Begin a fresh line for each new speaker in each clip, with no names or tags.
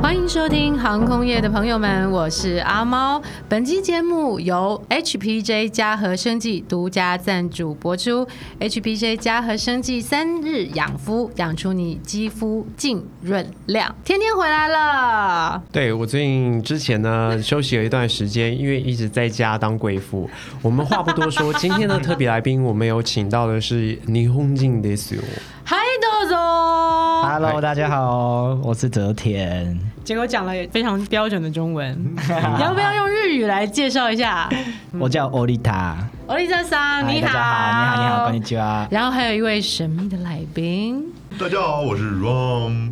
欢迎收听航空业的朋友们，我是阿猫。本期节目由 HPJ 嘉禾生技独家赞助播出。HPJ 嘉禾生技三日养肤，养出你肌肤净润亮。天天回来了，
对我最近之 前呢休息了一段时间，因为一直在家当贵妇。我们话不多说，今天的特别来宾我们有请到的是霓虹镜的 s
嗨豆总。
嗨
Hello，大家好，我是泽田。
结果讲了非常标准的中 文，你要不要用日语来介绍一下？
我叫欧丽塔。
欧丽莎桑，你
嗨
好，
大家嗯啊好，你好，你 好，こんにちは。
然后还有一位神秘的来宾，
大家好，我是 Rom，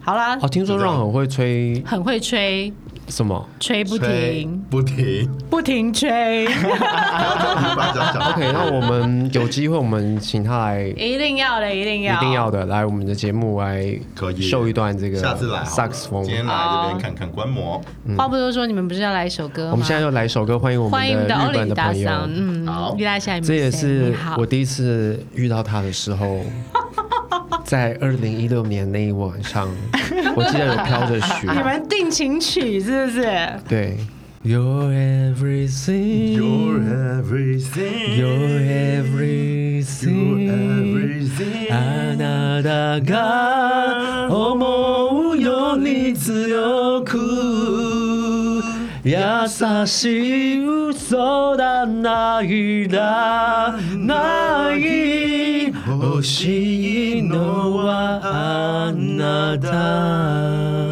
好啦
哦，，听说让很会吹
很会吹，
什么
吹不停，
不停，
不停吹，
大家想
？OK，那我们有机会我们请他来，一
一定要的，一定 要，
定要的来我们的节目来
可以
秀一段这个
下次来好了
萨克斯风
今。天来这边看看观摩。
话不多说，你们不是要来一首歌吗？
我们现在就来一首歌，欢迎我
欢
们
迎我们
的
的欧
日本
丽
的
达
朋
桑，
友。
嗯，
好
遇到下一
这也是
好
我第一次遇到他的时 候，在二零一六年那一晚 上，我记得有飘着雪。
你们定情曲是不是？
对，You're
You're
everything,
everything,
You're
you're
everything.
everything.
あなたが思うより強く優しい嘘だないらない欲しいのはあな た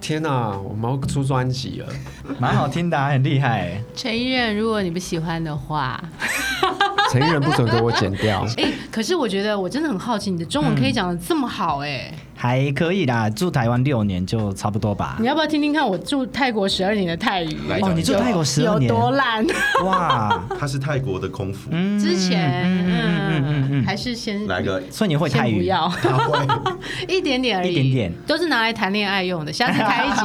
天哪，我们要出专辑 了！
蛮好听的啊、很厉害。
陈奕迅，如果你不喜欢的 话，
陈奕迅不准给我剪掉。
哎，可是我觉得我真的很好奇，你的中文可以讲的这么好，哎，
还可以啦，住台湾六年就差不多 吧
你。要不要听听看我住泰国十二年的泰语？
来
哦，你住泰国十
有
二年，
多烂？
哇！
他是泰国的空服，
之前，
嗯嗯嗯
嗯，
嗯
还是先
来个
所以你会泰
先不
语？
要，
大会，
一点点而已，
一点点
都是拿来谈恋爱用的。下次开一 集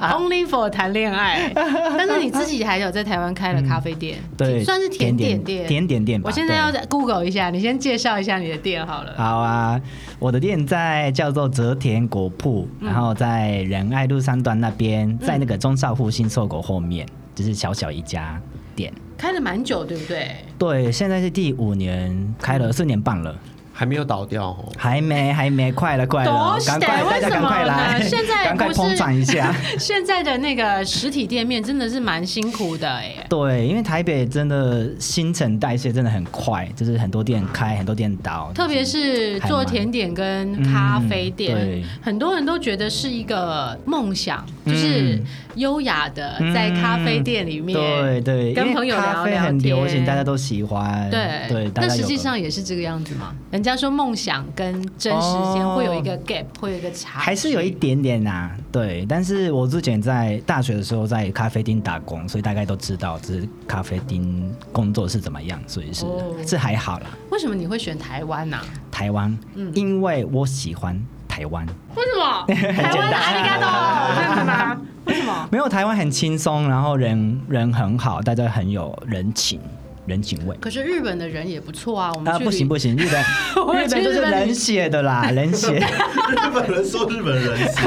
Only for 谈恋爱。但是你自己还有在台湾开了咖啡店，
嗯对，
算是甜点店。
甜点店吧。
我现在要
对
Google 一下，你先介绍一下你的店好了。
好啊，我的店在叫做泽田果铺，
嗯
然后在仁爱路三段那边，在那个中少户新寿果后面，就是小小一家店。
开了蛮久，对不对？
对，现在是第五年，开了四年半了，
还没有倒掉哦。
还 没，还没，快了，快了
都，是
赶快，大
为
家
什
赶
么
快
呢？
来，
现在
赶快
不是
膨胀一下。。
现在的那个实体店面真的是蛮辛苦的哎。
对，因为台北真的新陈代谢真的很快，就是很多店开，很多店倒，
特别是做甜点跟咖啡店，
嗯对嗯
很多人都觉得是一个梦想，就是优雅的在咖啡店里面，
对对，因
跟
为
朋友
咖
聊
啡
聊
很流行，
天
大家都喜欢。
对
对，大
那
家
实
有
际
个
上也是这个样子嘛。人家说梦想跟真实之间
哦
会有一个 gap，、会有一个差距，
还是有一点点呐、对。但是我之前在大学的时候在咖啡厅打工，所以大概都知道，就是咖啡厅工作是怎么样，所以是、
哦
是还好啦。
为什么你会选台湾呐、啊？
台湾，因为我喜欢台湾，
为什 么台湾的阿里嘎 多这样子吗？为什么？
没有台湾很轻松，然后人人很好，大家很有人情人情味。
可是日本的人也不错啊，我们
啊，
去、
不行不行，日本
我也
日
觉得
本就
日
是
本
冷血 的啦，冷血。
日本人说日本人是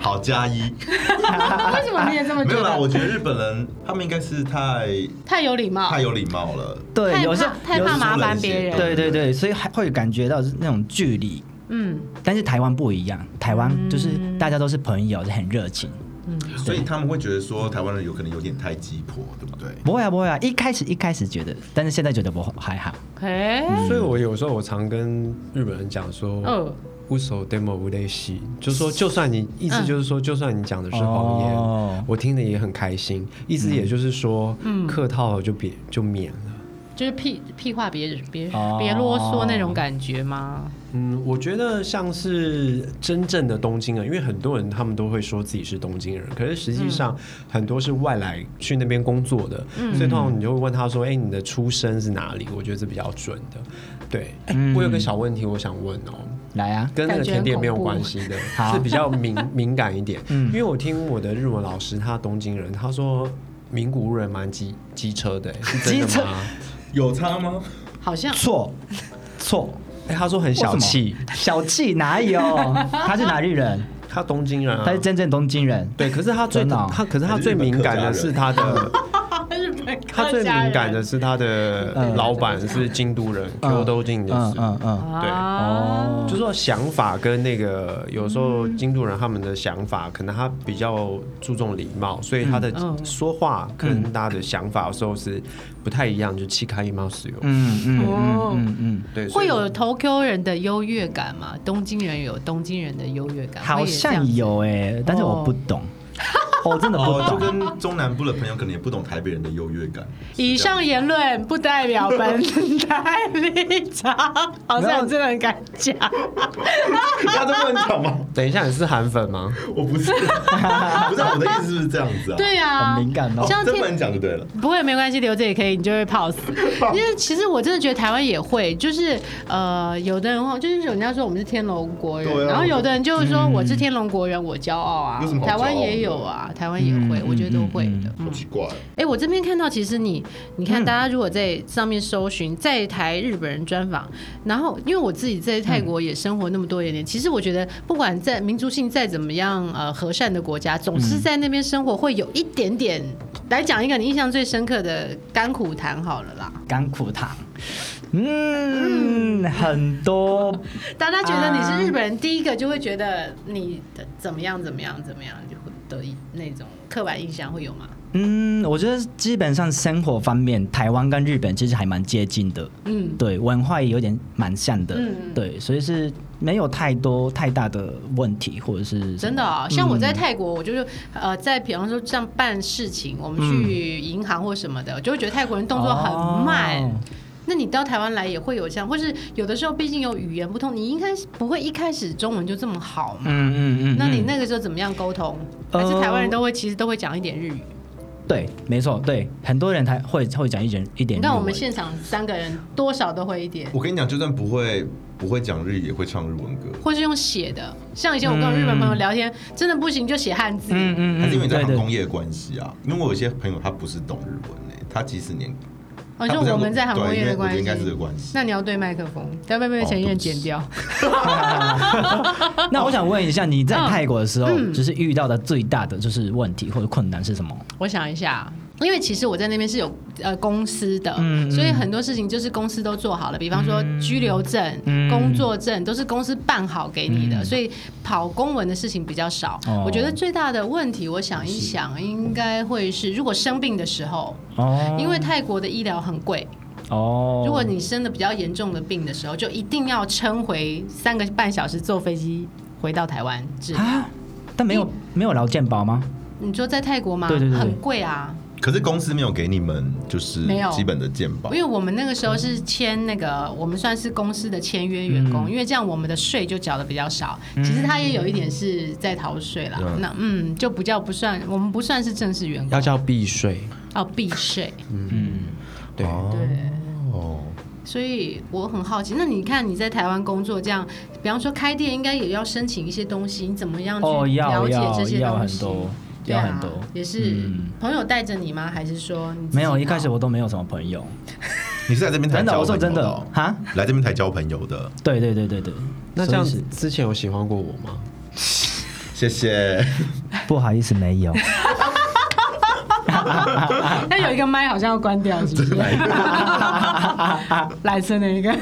好加一，
行，为什么你也这么
没
觉
有啦，我
得？
觉得日本人他们应该是太
太有礼貌，
太有礼貌了，
对，
太
有时
怕
候
啊太
有时
怕
候
麻烦别人，
对对对，所以还会感觉到是那种距离。
嗯。
但是台湾不一样，台湾就是大家都是朋友，很热情。
所以他们会觉得说台湾人有可能有点太鸡婆，对不对？
不会啊，不会啊，一开始一开始觉得，但是现在觉得不还好。
哎、
所以我有时候我常跟日本人讲说，
哦，
无所 demo 无类系，就是说，就算你意思就是说，就算你讲的是谎言，
哦
我听的也很开心。意思也就是说，客套了就别就免了。
就是屁屁话别别
哦
别啰嗦那种感觉吗？
嗯，我觉得像是真正的东京人，因为很多人他们都会说自己是东京人，可是实际上很多是外来去那边工作的，所以通常你就会问他说：“哎、你的出生是哪里？”我觉得这比较准的。对，哎我有个小问题，我想问哦、
来啊，
跟那个甜点没有关系的，是比较 敏敏感一点。
嗯
因为我听我的日文老师，他东京人，他说名古屋人蛮机机车的、欸是真
机
的
车
吗？
有差吗？
好 像
错错，
欸哎、他说很小气，
小气哪有？他是哪里人？
他东京人啊
他，是真正东京人，
对，可是他最
真的哦
他可是他最敏感的是他的，
日本客
他最
家
敏感的
人
是他的
嗯
老板是京都人
嗯
Q 都京的
嗯
事，
嗯嗯，
对哦
啊
就说想法跟那个有时候
嗯
京都人他们的想法，可能他比较注重礼貌，所以他的
嗯
说话跟大家的想法有时候是不太一样，就七开一毛使用。
嗯嗯
哦
嗯嗯嗯，
对，所
会
以
有 Tokyo 人的优越感吗？东京人有东京人的优越感，
好
会也这样
像
子
有
哦
哎，但是我不懂，我真的不
哦，就
懂。
跟中南部的朋友可能也不懂台北人的优越 感。
以上言论不代表本台 立场，好像真的很敢讲。
大家都不能讲吗？
等一下你是韩粉吗？
我不 是，不是我的意思是不是这样子啊？
对啊，
很敏感哦
像
哦，这
天
不能讲就对了。
不会没关系，留着也可以，你就会泡死。因为其实我真的觉得台湾也会，就是呃，有的人会就是人家说我们是天龙国人，
对啊
然后有的人就是说我是天龙国人，我骄傲啊
有什。么好
台湾
骄傲的
也有啊，台湾也会，
嗯
我觉得都会
嗯嗯
的。嗯
好奇怪，
哎、我这边看到，其实你，你看大家如果在上面搜寻在台日本人专访，然后因为我自己在泰国也生活那么多一年，其实我觉得不管在民族性再怎么样呃和善的国家，总是在那边生活会有一点点。来讲一个你印象最深刻的甘苦谈好了啦，
甘苦糖，嗯，很多
大家觉得你是日本人，第一个就会觉得你的怎么样怎么样怎么样，就会的一那种刻板印象会有吗？
嗯，我觉得基本上生活方面，台湾跟日本其实还蛮接近的，
嗯，
对，文化也有点蛮像的，
嗯嗯
对，所以是没有太多太大的问题，或者是什么
真的、哦，像我
嗯
在泰国，我就是呃，在比方说像办事情，我们去银行或什么的，就会觉得泰国人动作很慢。
嗯哦
那你到台湾来也会有这样，或是有的时候毕竟有语言不通，你应该不会一开始中文就这么好嘛？
嗯嗯嗯，
那你
嗯
那个时候怎么样沟通？
呃
还是台湾人都会其实都会讲一点日语？
对，没错，对，很多人才会会讲一点一点
你
日文，
看我们现场三个人多少都会一点，
我跟你讲，就算不会不会讲日语，也会唱日文歌。
或是用写的。像以前我跟我日本朋友聊天，真的不行就写汉字。
嗯嗯
还
嗯，
是因为你
对
在航
对
空业的关系啊？因为我有些朋友他不是懂日文诶、他几十年，
哦，
他
就
不是
我们在航空业的
对因为我觉
关
得
系，
应该是哦这个关系。
那你要对麦克风，但被被前任剪掉。
那我想问一下，你在泰国的时候，
嗯
就是遇到的最大的就是问题或者困难是什么？
我想一下，因为其实我在那边是有呃公司的，
嗯嗯
所以很多事情就是公司都做好了，比方说居留证、
嗯
工作证都是公司办好给你的，
嗯
所以跑公文的事情比较少。
哦
我觉得最大的问题，我想一想，应该会是如果生病的时候，
哦
因为泰国的医疗很贵，
哦，
如果你生的比较严重的病的时候，就一定要撑回三个半小时坐飞机回到台湾治疗。
啊，但没有没有劳健保吗？
你说在泰国吗？
对对对对
很贵啊。
可是公司没有给你们就是
没有
基本的健保
因，为我们那个时候是签那个，我们算是公司的签约员工，
嗯
因为这样我们的税就缴的比较少。其实他也有一点是在逃税啦，
嗯
那嗯，就不叫不算，我们不算是正式员工
要，叫避税，
哦，避税。
对，
对，
哦，
所以我很好奇，那你看你在台湾工作这样，比方说开店，应该也要申请一些东西，你怎么样去
哦，要
了解
要
这些
要
东
很
西？
多，
对
要
啊，
很多。
也是
嗯
朋友带着你吗？还是说你自己
没有，一
跑
开 始我都没有什么朋友，
你是来这边才
真的，
交
我
朋
说
友
真的
哦
哈，
来这边才交朋友的，
对对对对对，
那这样子
所以
之前有喜欢过我吗？
谢谢。
是不好意思没有，
那哎有一个麦好像要关掉，是不 是？来生的一个，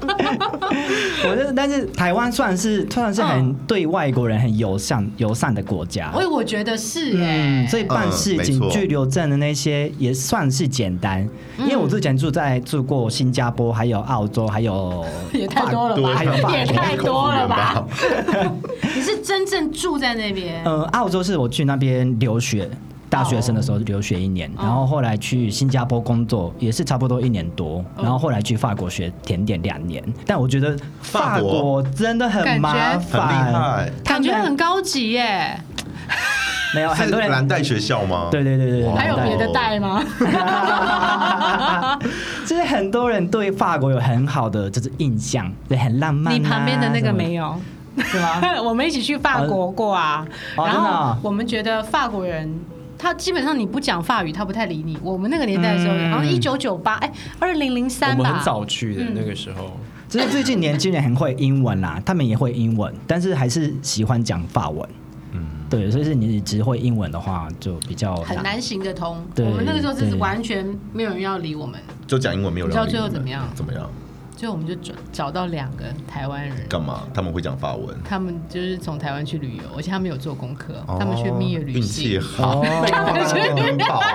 我是但是台湾算是算是
嗯
很对外国人很友善友善的国家，
我我觉得是耶
嗯，，所以办事
嗯没
情、
错
拘留证的那些也算是简单，
嗯
因为我之前住在住过新加坡，还有澳洲，还有
也太多了吧
还有法
也
国。
太多了吧
口服
你是真正住在那边，
呃，澳洲是我去那边留学，大学生的时候留学一
哦
年，然后后来去新加坡工作，也是差不多一年多，
哦
然后后来去法国学甜点两年。但我觉得法
法
国
国
真的很麻
很厉
烦，
害，
感觉很高级耶。
没有很
是
多人
蓝带学校吗？
对对对对对
哇
还有别的带吗？
就是很多人对法国有很好的就是印象，对，很浪漫、啊。
你旁边的那个没
有？
有。 是吗？我们一起去法国过啊，
哦
然
真的
后
哦
我们觉得法国人他基本上你不讲法语，他不太理你。我们那个年代的时候，
嗯
好像一九九八，哎，二零零三
我
吧，
们很早去的那个时候，
只是最近年轻人很会英文啦，他们也会英文，但是还是喜欢讲法文。对，所以是你只会英文的话，就比较
很难行得通。
对
我们那个时候真是
对
完全没有人要理我们，
就讲英文没有人要理
你知道最后怎么样
怎么样？
最后我们就找找到两个台湾人。
干嘛？他们会讲法文，
他们就是从台湾去旅游，而且他们有做功课，他们去蜜月旅
哦运气
行，
哦
好，
很好啊，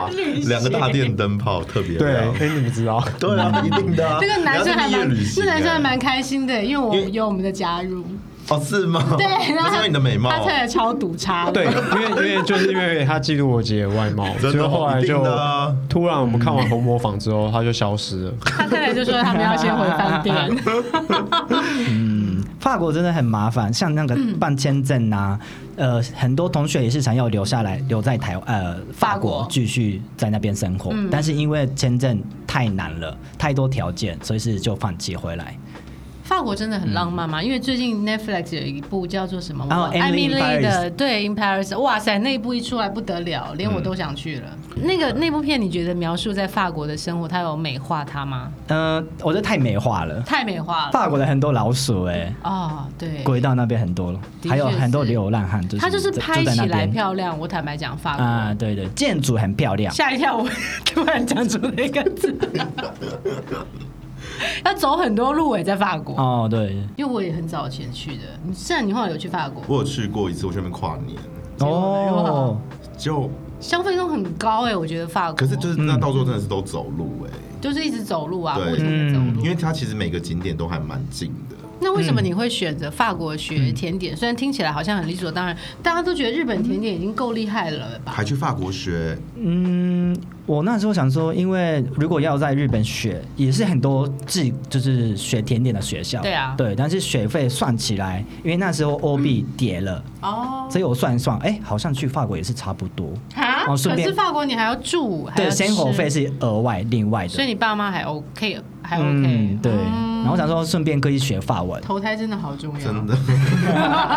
两个大电灯泡特别亮。
哎，你们知道，
对啊，一定的啊。
这个男生还
人家是
蛮，
蜜月旅
这
行
男生
哎
还蛮开心的，因为我
因为
有我们的加入，
哦，是吗？
对，然
那
后
是因
他
为你的美貌，
他才超毒叉，
对，因为因为就是因为他嫉妒我姐的哦外 貌，
真的
就后来
一定
就
的啊
突然我们看完《红磨坊》之后，他就消失了。
他太太就说他们要先回饭店，
法国真的很麻烦，像那个
嗯
办签证啊，呃，很多同学也是想要留下来，留在台呃
法
法
国嗯
国继续在那边生活，但是因为签证太难了，太多条件，所以是就放弃回来。
法国真的很浪漫
嗯
嘛，因为最近 Netflix 有一部叫做什么
哦
我艾米
Emily in
丽的，对，In Paris，哇塞，那一部一出来不得
嗯
了，连我都想去了。那个那部片，你觉得描述在法国的生活，它有美化它吗？
嗯，我觉得太美化了，
太美化了
法国的很多老鼠哎、
啊、对，
轨道那边很多了，
的确
还有很多
是
流浪汉，就是
它就是
住
拍
住在那
起来
边
漂亮。我坦白讲，法国、
啊，对对，建筑很漂亮，
吓一跳我， 突然讲出那个字， 要走很多路欸诶，在法国。
哦对，
因为我也很早前去的，你虽然你后来有去法国，
我有去过一次，我去那边跨年，
哦，
啊
就
消费都很高哎、我觉得法国。
可是就是那到时候真的是都走路哎，
就是一直走路啊，
对
步行
嗯
的走路。
因为它其实每个景点都还蛮近的。
那为什
嗯
么你会选择法国学甜点？虽然听起来好像很理所当然，大家都觉得日本甜点已经够厉害了吧？
还去法国学，
嗯，我那时候想说，因为如果要在日本学，也是很多自就是学甜点的学校，
对啊
对，但是学费算起来，因为那时候欧币跌了，
嗯哦，
所以我算一算，哎，好像去法国也是差不多，
哈，
哦顺
可
便
是法国你还要住，还要
对，生活
吃
费，是额外另外的，
所以你爸妈还 OK，还 OK，、
嗯，对，
嗯
然后想说顺便可以学法文，
投胎真的好重要，
真的。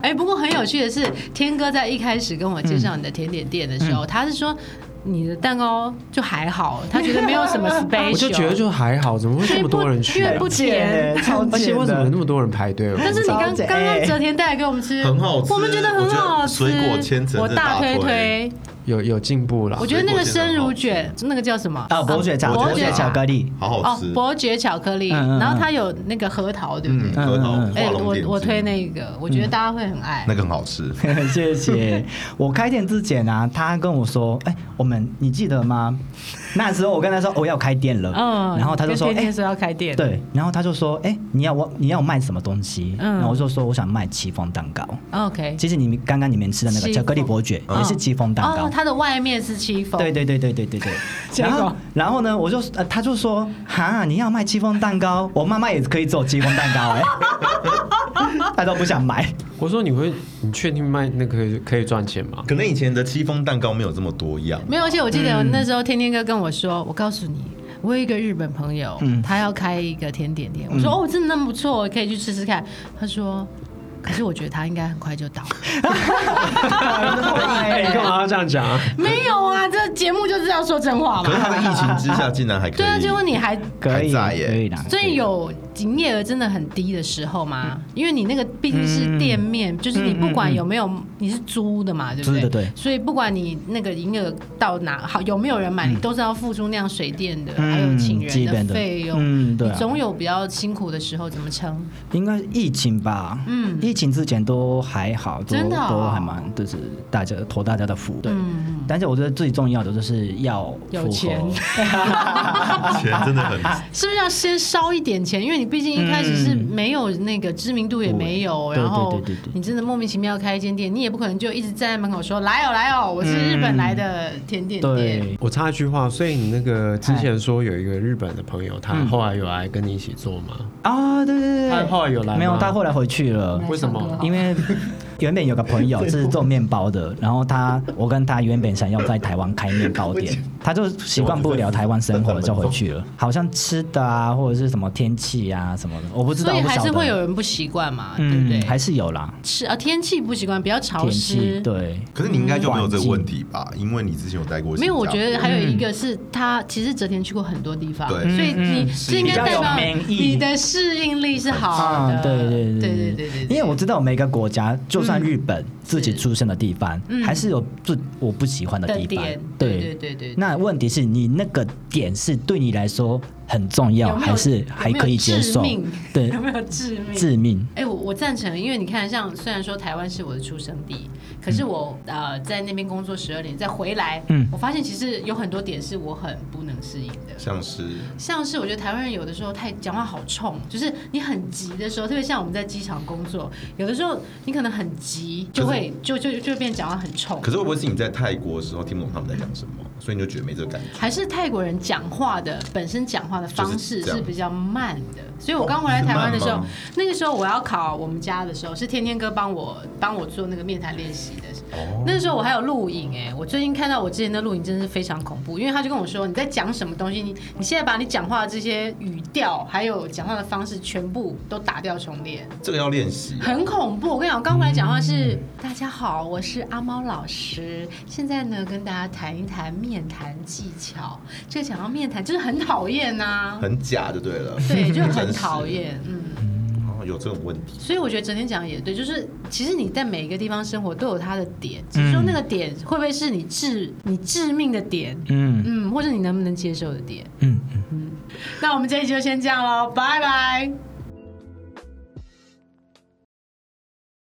哎、不过很有趣的是，天哥在一开始跟我介绍你的甜点店的时候，他是说你的蛋糕就还好，他觉得没有什 么 special，
我就觉得就还好，怎么会
因
这
为
么
不
多人去
因
啊
为？不 甜。
超
而且为什么
的
那么多人排队？
但是你刚
超级
刚刚
哎
哲田带来给我们吃，
很好吃
我们觉得很好吃。
我觉得水果千层
我
真的大
推
推
推，
有有进步了
我。觉得那个
水果千层
生乳
好吃
卷，那个叫什么？
啊，伯爵茶，
伯
伯
爵
爵
茶
巧克力，
好好
哦
吃，，
伯爵巧克力，
嗯嗯嗯
然后它有那个核桃，对不对
嗯，？核桃
嗯嗯嗯
哎、
画龙
我
点睛，
我推那个，我觉得大家会很爱。
那个很好吃，
谢谢。我开店之前啊，他跟我说：“哎、我们你记得吗？” 那时候我跟他说：“哦我要开店了。”
嗯，
然后他就说：“
跟天
哎、
天说要开店，，
对。”然后他就说：“哎、你要我你要卖什么东西？”
嗯
然后我就说：“我想卖戚风蛋糕。
，OK，
其实你们刚刚你们吃的那
戚风
个巧克力伯爵
嗯
也是戚风蛋糕。
哦，它的外面是戚风，
对对对对对对对，
结
然后
果
然后呢，我就呃，他就说哈，你要卖戚风蛋糕，我妈妈也可以做戚风蛋糕哎、 他都不想 买，
我说你会，你确定卖那个可以赚钱 吗？
可能以前的戚风蛋糕没有这么多样，
没有，而且我记得
嗯
那时候天天哥跟我说，我告诉你。我有一个日本朋友，
嗯
他要开一个甜点店。我说、哦，真的那么不错，可以去吃吃看。他说，可是我觉得他应该很快就 倒。
哎，你干嘛要这样讲啊？
没有啊，这节目就是要说真话
可是它
嘛。
在疫情之下竟然还可以。
对啊，结果你还
可以
还在耶
可以啦。
所以有营业额真的很低的时候嘛，因为你那个毕竟是
嗯
店面，就是你不管有没有，你是租的嘛，对不对？
租的对
所以不管你那个营业额到哪，好有没有人买，你都是要付出那样水电的，还有请
嗯基
人
本
的
的
费用。
嗯，对、
你
啊，
总有比较辛苦的时候，怎么撑？
应该是疫情吧，嗯，疫情之前都还好，都
真的哦嗯
都还蛮，就是大家托大家的福，对。但是我觉得最重要的就是要
有
符合
钱
钱真的 很，
是不是要先烧一点钱？因为你毕竟一开始是没有那个知名度，也没有，
嗯对
然后
对对对对
你真的莫名其妙开一间店，你也不可能就一直站在门口说来哦来哦，我是日本来的甜点店。
嗯对，
我插一句话，所以你那个之前说有一个日本的朋友，他后来有来跟你一起做吗？
啊，对对对
他
对，
后来有来吗
没有？他后来回去了，
为什么？
因为原本有个朋友是做面包的，然后他我跟他原本想要在台湾开面包店，他就习惯不了台湾生活就回去了，好像吃的啊或者是什么天气啊什么的，我不知道，
所以
我不
还
晓
是
得
会有人不习惯嘛，对不
嗯
对？
还是有啦，
是啊，天气不习惯，比较潮
天气
湿。
对。
可是你应该就没有这个问题吧？因为你之前有待过新加坡，
没有，我觉得还有一个是他其实哲田去过很多地方，
对
所
嗯
以你这应该代表
比较有免疫
你的适应力是好
啊
的。，
对对
对
对
对对对，嗯
因为我知道每个国家，就算日本自己出生的地方，还是有不我不喜欢的
的
地方
点，。对对
对
对对，
那问题是你那个点是对你来说很重要，
有没有
还是还可以接受
有没有致命？
对
有，没有致命？
致命。
哎、我我赞成，因为你看，像虽然说台湾是我的出生地，
嗯
可是我、呃在那边工作十二年，再回来，
嗯
我发现其实有很多点是我很不能适应的。
像是
像是我觉得台湾人有的时候太讲话好冲，就是你很急的时候，特别像我们在机场工作，有的时候你可能很急，就会就就就变讲话很冲
可。是会不会是你在泰国的时候听不懂他们在讲什么，所以你就觉得没这个感觉？
还是泰国人讲话的本身讲话的方式
就是这样
是比较慢的，所以我刚回来台湾的时
哦是
候
慢吗，
那个时候我要考我们家的时候，是天天哥帮我帮我做那个面谈练习的。
哦，
那时候我还有录影哎、我最近看到我之前的录影真的是非常恐怖，因为他就跟我说你在讲什么东西，你你现在把你讲话的这些语调还有讲话的方式全部都打掉重练。
这个要练习。啊
很恐怖。我跟你讲，我刚回来讲话是、大家好，我是阿猫老师。现在呢，跟大家谈一谈面谈技巧。这个讲到面谈，就是很讨厌 呐、
很假就对了，
对，就
不真
很
实
讨。厌。嗯，
哦，有这种问题，
所以我觉得整天讲也对，就是其实你在每一个地方生活都有它的点，只是说那个点会不会是你致你致命的点，
嗯
嗯，或者你能不能接受的点。
嗯。
那我们这一集就先这样喽，拜拜。